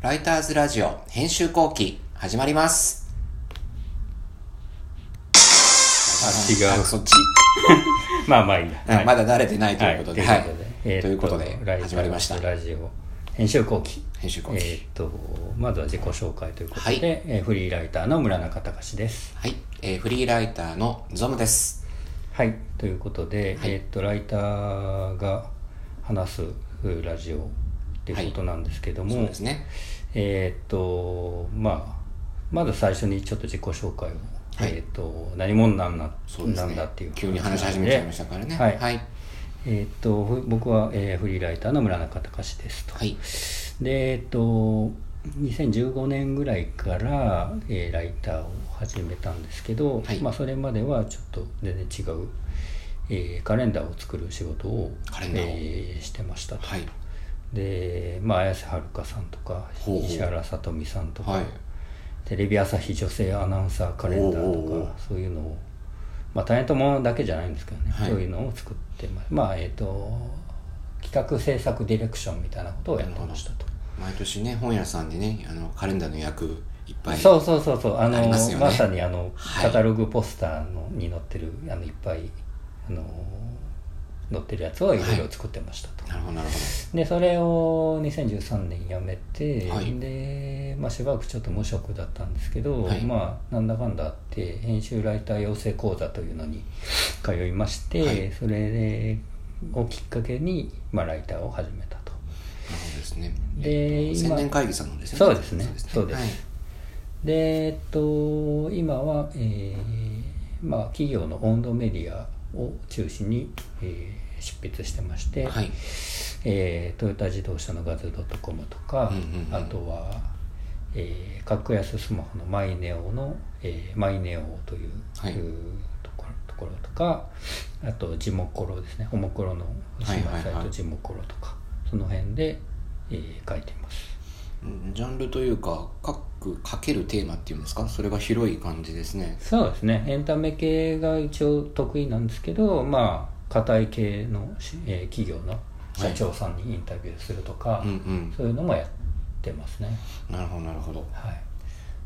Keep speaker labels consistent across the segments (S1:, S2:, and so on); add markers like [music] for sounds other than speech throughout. S1: ライターズラジオ編集後期始まります。
S2: 違う
S1: あそっち、
S2: まあまあいいや。
S1: うんまだ慣れてないと
S2: はいいう
S1: こと
S2: と
S1: で。
S2: いう
S1: はい
S2: ことで。えーっ
S1: ということで、
S2: ライ
S1: 始まりました。
S2: ラジオ編集後期。
S1: 編集後
S2: え
S1: 期。
S2: ーっと、まずは自己紹介ということで、
S1: はい
S2: えーフリーライターの村中隆です。
S1: はい、えーフリーライターのゾムです。
S2: はい。ということで、えーっと、ライターが話すうんラジオっていうことなんですけども、
S1: そうですね。
S2: えーっと、まあ、まず最初にちょっと自己紹介を。
S1: はい
S2: えーっと、何者なんだ
S1: そうです
S2: な
S1: ね
S2: んだっていう。。
S1: 急に話し始めちゃいましたからね。
S2: はい
S1: はい。
S2: えーっとふ僕は、えーフリーライターの村中隆ですと、
S1: はい。
S2: でえーっと2015年ぐらいから、えーライターを始めたんですけど、
S1: はい
S2: まあ、それまではちょっと全然違う、えーカレンダーを作る仕事を
S1: カレンダーを
S2: えーしてましたと、
S1: はい。
S2: で、まあ、綾瀬はるかさんとか
S1: ほうほう
S2: 石原さとみさんとか、
S1: はい
S2: テレビ朝日女性アナウンサーカレンダーとか
S1: おうおうおう
S2: そういうのをまあタレントものだけじゃないんですけどね、
S1: はい
S2: そういうのを作ってますまあえっ、と企画制作ディレクションみたいなことをやってましたと、
S1: 毎年ね、本屋さんでね、あの、カレンダーの役いっぱい。
S2: そうそうそうそうあの
S1: あり
S2: ま
S1: ますよね
S2: さにあの
S1: はい
S2: カタログポスターのに載ってるあのいっぱいあの載ってるやつをいろいろ作ってましたと、
S1: なるほど、なるほど。
S2: でそれを2013年辞めて、
S1: はい
S2: で、まあ、しばらくちょっと無職だったんですけど、
S1: はい
S2: まあなんだかんだあって編集ライター養成講座というのに通いまして、
S1: はい
S2: それでをきっかけに、まあ、ライターを始めたと
S1: なるほどですね。
S2: で
S1: えっと
S2: 今
S1: 宣伝会議さんのですよね。
S2: そうですねそうですでえっと今は、えーまあ、企業の温度メディアを中心に、えー執筆してまして、
S1: はい。はい。
S2: えートヨタ自動車のガズドットコムとか、
S1: うんうんうん
S2: あとは、えー格安スマホのマイネオの、えーマイネオという,、
S1: はい
S2: ところところとかあとジモコロですねホモコロの姉妹サ
S1: はい
S2: イ
S1: はいは
S2: ト
S1: い
S2: ジモコロとか、その辺で、えー書いています
S1: うんジャンルというか、各かけるテーマっていうんですか、それが広い感じですね。
S2: そうですねエンタメ系が一応得意なんですけどまあ硬い系の、えー企業の社長さんにインタビューするとか、
S1: うんうん。
S2: そういうのもやってますね
S1: なるほど、なるほど。
S2: はい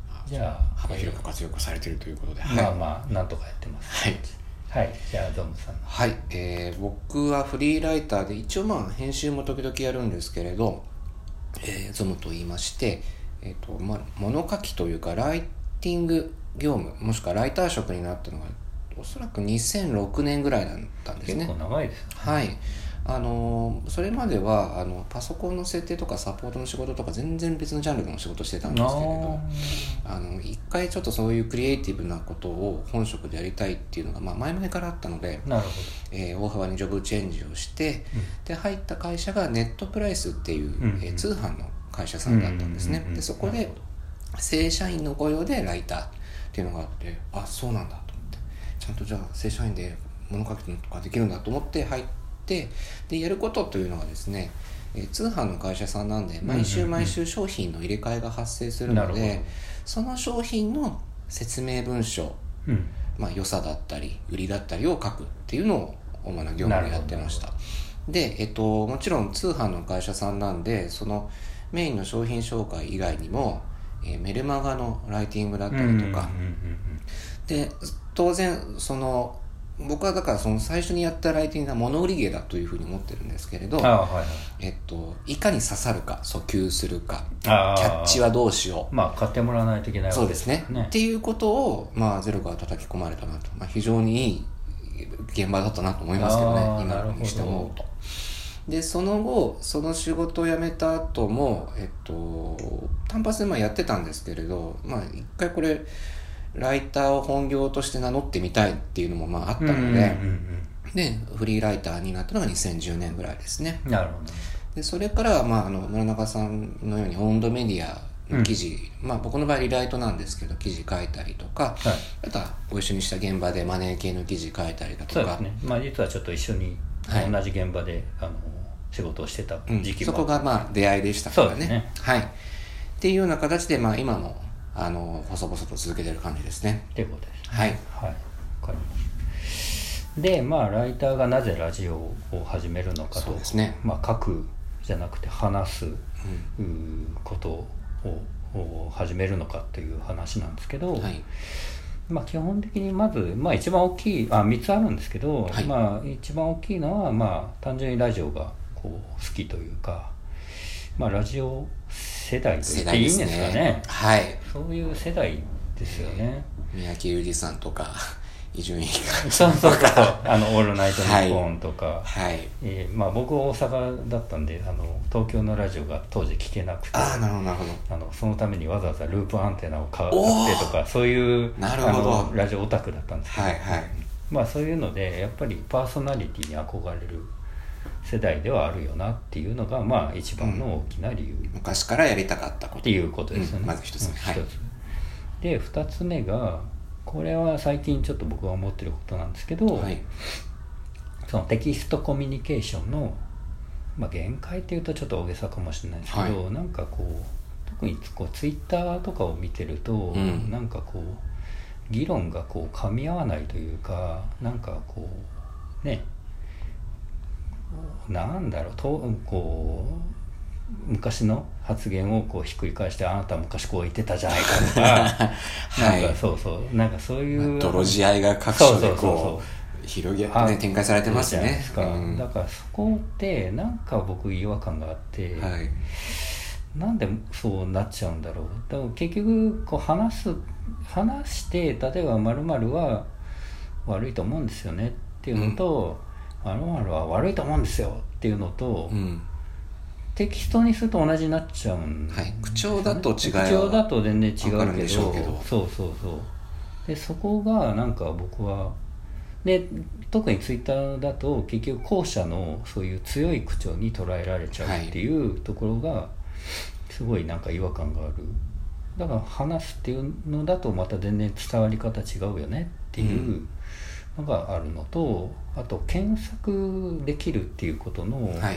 S1: あ
S2: じゃあ
S1: 幅広く活躍されてるということで。
S2: まあまあなんとかやってます
S1: はい。
S2: はいじゃあゾムさんの
S1: はい、えー僕はフリーライターで一応まあ編集も時々やるんですけれど、えーゾムと言いまして、えーとまあ、物書きというかライティング業務もしくはライター職になったのがおそらく2006年ぐらいだったんです
S2: 結
S1: ね
S2: 構。長いですよね
S1: はいあのーそれまではあのパソコンの設定とかサポートの仕事とか全然別のジャンルの仕事してたんですけれどあの一回ちょっとそういうクリエイティブなことを本職でやりたいっていうのが、まあ、前々からあったので、
S2: あーなるほ
S1: えー大幅にジョブチェンジをして、で入った会社がネットプライスっていう、
S2: んうん
S1: えー通販の会社さんだったんですね、
S2: うんうんうんうん
S1: でそこ
S2: な
S1: で
S2: るほど
S1: 正社員の雇用でライターっていうのがあってあそうなんだと思ってちゃんとじゃあ正社員で物書きとかできるんだと思って入ってでやることというのがですねえー通販の会社さんなんで毎週毎週商品の入れ替えが発生するので、
S2: なるほど
S1: その商品の説明文書
S2: どうん
S1: まあ、良さだったり売りだったりを書くっていうのを主な業務でやってましたで、えっと、もちろん通販の会社さんなんでそのメインの商品紹介以外にも、えーメルマガのライティングだったりとか、
S2: うんうんうん
S1: で当然その僕はだからその最初にやったライティングが物売り芸だというふうに思ってるんですけれど
S2: うん、あ、あーはいはい
S1: えっと、いかに刺さるか訴求するか
S2: あ
S1: キャッチ
S2: は
S1: はどうしよう
S2: まあ買ってもらわないといけない
S1: そうですね
S2: から
S1: っていうことを、まあ、ゼロから叩き込まれたなと、まあ、非常にいい現場だったなと思いますけどね
S2: あー
S1: 今
S2: なるほど
S1: にして思うとでその後その仕事を辞めた後もえっと単発でまあやってたんですけれどまあ一回これライターを本業として名乗ってみたいっていうのもまああったので、
S2: うんうんうん
S1: でフリーライターになったのが2010年ぐらいですね
S2: うんなるほど
S1: でそれから、まあ、あの村中さんのように温度メディアの記事、まあ、僕の場合リライトなんですけど記事書いたりとか、
S2: はい
S1: あとはご一緒にした現場でマネー系の記事書いたりだと
S2: そうで
S1: か
S2: すねまあ実はちょっと一緒に
S1: はい
S2: 同じ現場であの仕事をしてた
S1: うん
S2: 時期
S1: そこ
S2: も
S1: がまあ出会いでしたから
S2: そう
S1: ね
S2: ですね
S1: はい、っていうような形で、まあ、今もあの細々と続けてる感じですね
S2: っていうことです
S1: はい
S2: はいわかりますでまあライターがなぜラジオを始めるのか
S1: そう
S2: と
S1: ですね
S2: まあ、書くじゃなくて話す
S1: うん
S2: うーことをを始めるのかっていう話なんですけど、
S1: はい
S2: まあ、基本的にまず、まあ、一番大きいあ3つあるんですけど、
S1: はい
S2: まあ、一番大きいのは、まあ、単純にラジオがこう好きというか、まあ、ラジオ世代と言
S1: 世
S2: って
S1: 代
S2: いい
S1: で
S2: んです
S1: す
S2: か
S1: ね
S2: ね
S1: はい
S2: そういう世代ですよね。
S1: 三宅裕二さんとか [laughs] 伊集院
S2: [laughs]
S1: 光
S2: そうそうそうあの「オールナイトニッポン」とか、
S1: はい
S2: えーまあ、僕大阪だったんであの東京のラジオが当時聞けなくて
S1: ああなるほどなるほど
S2: あのそのためにわざわざループアンテナを買買
S1: おー
S2: ってとかそういう
S1: なるほど
S2: あのラジオオタクだったんですけど、
S1: はいはい
S2: まあ、そういうのでやっぱりパーソナリティに憧れる世代ではあるよなっていうのが、まあ、一番の大きな理由
S1: 昔からやりたかったこ
S2: っ
S1: と
S2: ていうことですよね、
S1: うんまず一つ目
S2: うん
S1: はい
S2: 一つで2つ目がこれは最近ちょっと僕が思ってることなんですけど、
S1: はい
S2: そのテキストコミュニケーションの、まあ、限界っていうとちょっと大げさかもしれないですけど、
S1: は
S2: なんかこう特にこうツイッターとかを見てると、
S1: うん
S2: なんかこう議論がこう噛み合わないというかなんかこうねなんだろうとこう昔の発言をこうひっくり返して「あなた昔こう言ってたじゃないか」と
S1: [laughs]
S2: か
S1: はい
S2: なんかそうそうなんかそういう、
S1: 泥仕合が各所で
S2: そうそうそうそ
S1: こ
S2: う
S1: う広げ、
S2: あ
S1: ね、展開されてます
S2: じゃない
S1: ね
S2: ですか、
S1: うん
S2: だからそこってなんか僕違和感があって、
S1: はい
S2: なんでそうなっちゃうんだろうでも結局こう話す話して例えば「まるは悪いと思うんですよね」っていうのと「まるは悪いと思うんですよ」っていうのと、
S1: うん
S2: テキストにすると同じになっちゃうんですよね、
S1: はい口調だと違いは
S2: 口調だと全然違うけ
S1: わか
S2: ど
S1: るんでしょうけど
S2: そうそうそうでそこがなんか僕はで特にツイッターだと結局後者のそういう強い口調に捉えられちゃうっていうところがすごいなんか違和感があるだから話すっていうのだとまた全然伝わり方違うよねっていうのがあるのと、あと検索できるっていうことの、
S1: はい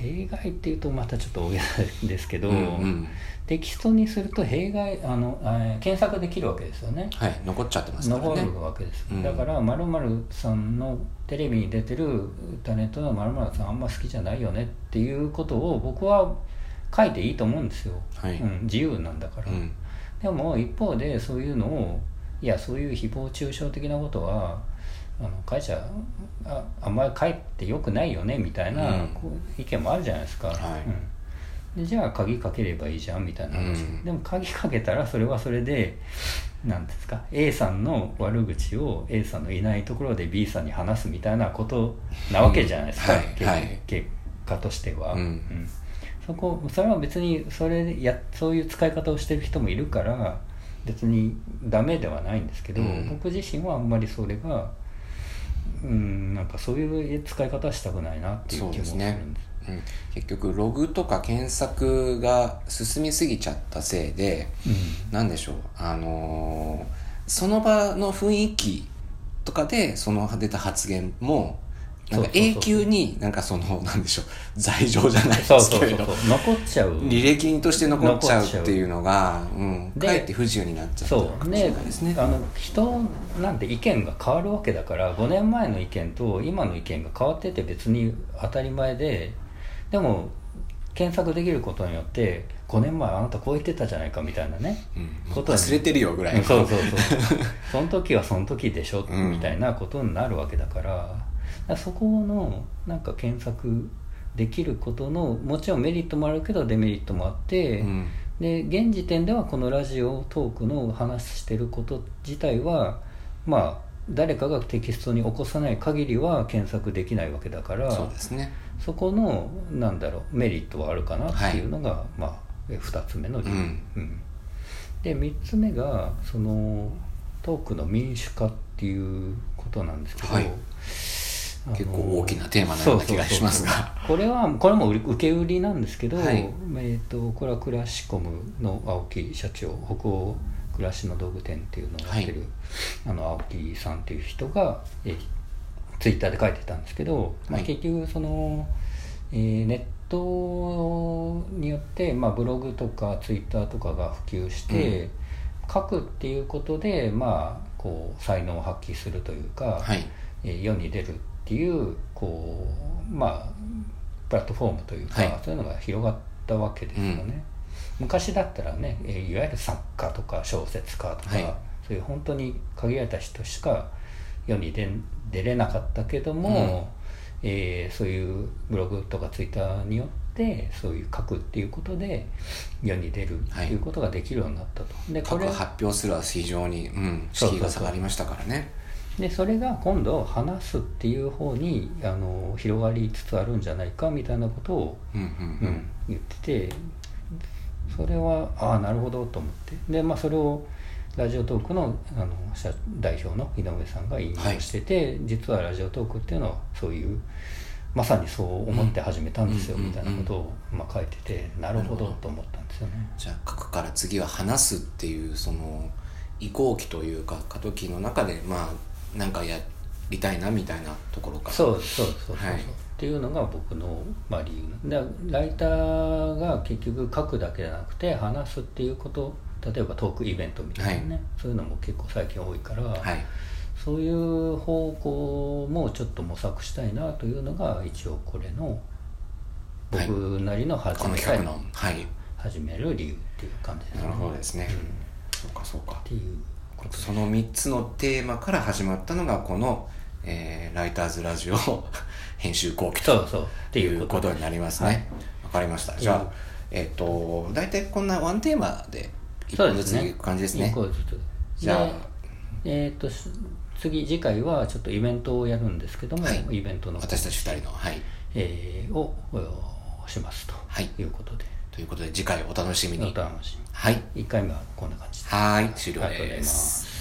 S2: 弊害っていうとまたちょっと大げさですけど、
S1: うんうん
S2: テキストにすると弊害あの、えー検索できるわけですよね
S1: はい残っちゃってますから
S2: 残
S1: ね
S2: るわけです、
S1: うん
S2: だからまるさんのテレビに出てるタレントのまるさんあんま好きじゃないよねっていうことを僕は書いていいと思うんですよ、
S1: はい
S2: うん、自由なんだから、
S1: うん
S2: でも一方でそういうのをいやそういう誹謗中傷的なことはあの会社ああんまり書いてよくないよねみたいな、
S1: うん
S2: こう意見もあるじゃないですか、
S1: はい
S2: うん、でじゃあ鍵かければいいじゃんみたいな
S1: う
S2: 話、
S1: ん
S2: でも鍵かけたらそれはそれで何ですか A さんの悪口を A さんのいないところで B さんに話すみたいなことなわけじゃないですか、
S1: うんはい
S2: 結
S1: はい
S2: 結果としては、
S1: うん
S2: そこそれは別にそれでやそういう使い方をしてる人もいるから別にダメではないんですけど、
S1: うん
S2: 僕自身はあんまりそれがうんなんかそういう使い方はしたくないなっていう気
S1: そう
S2: もす
S1: で
S2: るんですす
S1: ねうん、結局ログとか検索が進みすぎちゃったせいで何でしょうあのーその場の雰囲気とかでその出た発言もなんか
S2: そうそうそう
S1: 永久になんかそのなんでしょう罪状じゃない
S2: うん
S1: で
S2: そう
S1: す
S2: そう
S1: け
S2: そう
S1: れ
S2: そう
S1: ど
S2: 残っちゃう
S1: 履歴として残っちゃうっていうのがうん
S2: で
S1: かえって不自由になっちゃったの
S2: そ
S1: か
S2: う
S1: もしれ
S2: ね
S1: ないですね
S2: あの人なんて意見が変わるわけだから5年前の意見と今の意見が変わってて別に当たり前ででも検索できることによって5年前あなたこう言ってたじゃないかみたいなね、
S1: うん
S2: ことに
S1: 忘れてるよぐら
S2: う
S1: い
S2: んそうそうそうその時はその時でしょ、
S1: うん
S2: みたいなことになるわけだからだからそこのなんか検索できることのもちろんメリットもあるけどデメリットもあって、
S1: うん
S2: で現時点ではこのラジオトークの話してること自体はまあ誰かがテキストに起こさない限りは検索できないわけだから
S1: そうですね
S2: そこのなんだろうメリットはあるかなっていうのが、まあえ2つ目の理由、
S1: うん
S2: うんで3つ目がそのトークの民主化っていうことなんですけど、
S1: はい
S2: あの
S1: 結構大きなテーマのような気がしますが
S2: これはこれも売り受け売りなんですけど、
S1: はい
S2: えー、とこれはクラシコムの青木社長北欧暮らしの道具店っていうのをやってる、あの青木さんっていう人が、えーツイッターで書いてたんですけど、まあ、
S1: はい
S2: 結局その、えーネットによって、まあ、ブログとかツイッターとかが普及して、書くっていうことで、まあ、こう才能を発揮するというか。
S1: はい
S2: えー世に出るっていうこうまあプラットフォームというか、
S1: はい
S2: そういうのが広がったわけですよね。昔だったらね、えーいわゆる作家とか小説家とか、
S1: はい
S2: そういう本当に限られた人しか世に出ん出れなかったけども、えーそういうブログとかツイッターによってそういう書くっていうことで世に出るっていうことができるようになったと。で
S1: 書
S2: こ
S1: く
S2: れ
S1: 発表するは非常に、うん、
S2: そう
S1: 敷居が下がりましたからね
S2: でそれが今度話すっていう方にあの広がりつつあるんじゃないかみたいなことを
S1: うんうんうん
S2: 言っててそれはああなるほどと思ってでまあそれをラジオトークのあの社代表の井上さんが引用してて、実はラジオトークっていうのはそういうまさにそう思って始めたんですよ、
S1: うん
S2: みたいなことを、まあ、書いててなるほどと思ったんですよね。
S1: じゃあ書くから次は話すっていうその移行期というか過渡期の中でまあなんかやりたいなみたいなところから
S2: そうそうそうそうそう、
S1: はい
S2: っていうのが僕の、まあ、理由だライターが結局書くだけじゃなくて話すっていうこと例えばトークイベントみたいなね、そういうのも結構最近多いから、
S1: はい
S2: そういう方向もちょっと模索したいなというのが一応これの
S1: はい
S2: 僕なりの始
S1: この
S2: めたい
S1: 企画のはい
S2: 始める理由っていう感じで
S1: な
S2: すね。
S1: るほど
S2: っ
S1: ですね、そうかそうか
S2: ていうことです
S1: その3つのテーマから始まったのがこの、えーライターズラジオ [laughs] 編集後期と
S2: そうそうってい
S1: いうう
S2: こ
S1: こととになりますねわ、かりましたじゃあえっ、と大体こんなワンテーマで一
S2: そう
S1: 本
S2: で
S1: ずつ
S2: すね
S1: いく感じですね
S2: 一個ずつ
S1: じゃあ
S2: でえー、とし次次回はちょっとイベントをやるんですけども、
S1: はい
S2: イベントの、
S1: 私たち2人のはい
S2: えーをおしますと
S1: はい
S2: いうことで、
S1: ということで次回お楽しみ
S2: お
S1: に
S2: 楽し
S1: はい
S2: み1回目はこんな感じで
S1: はーい終了
S2: ありがとうござい
S1: で
S2: ますす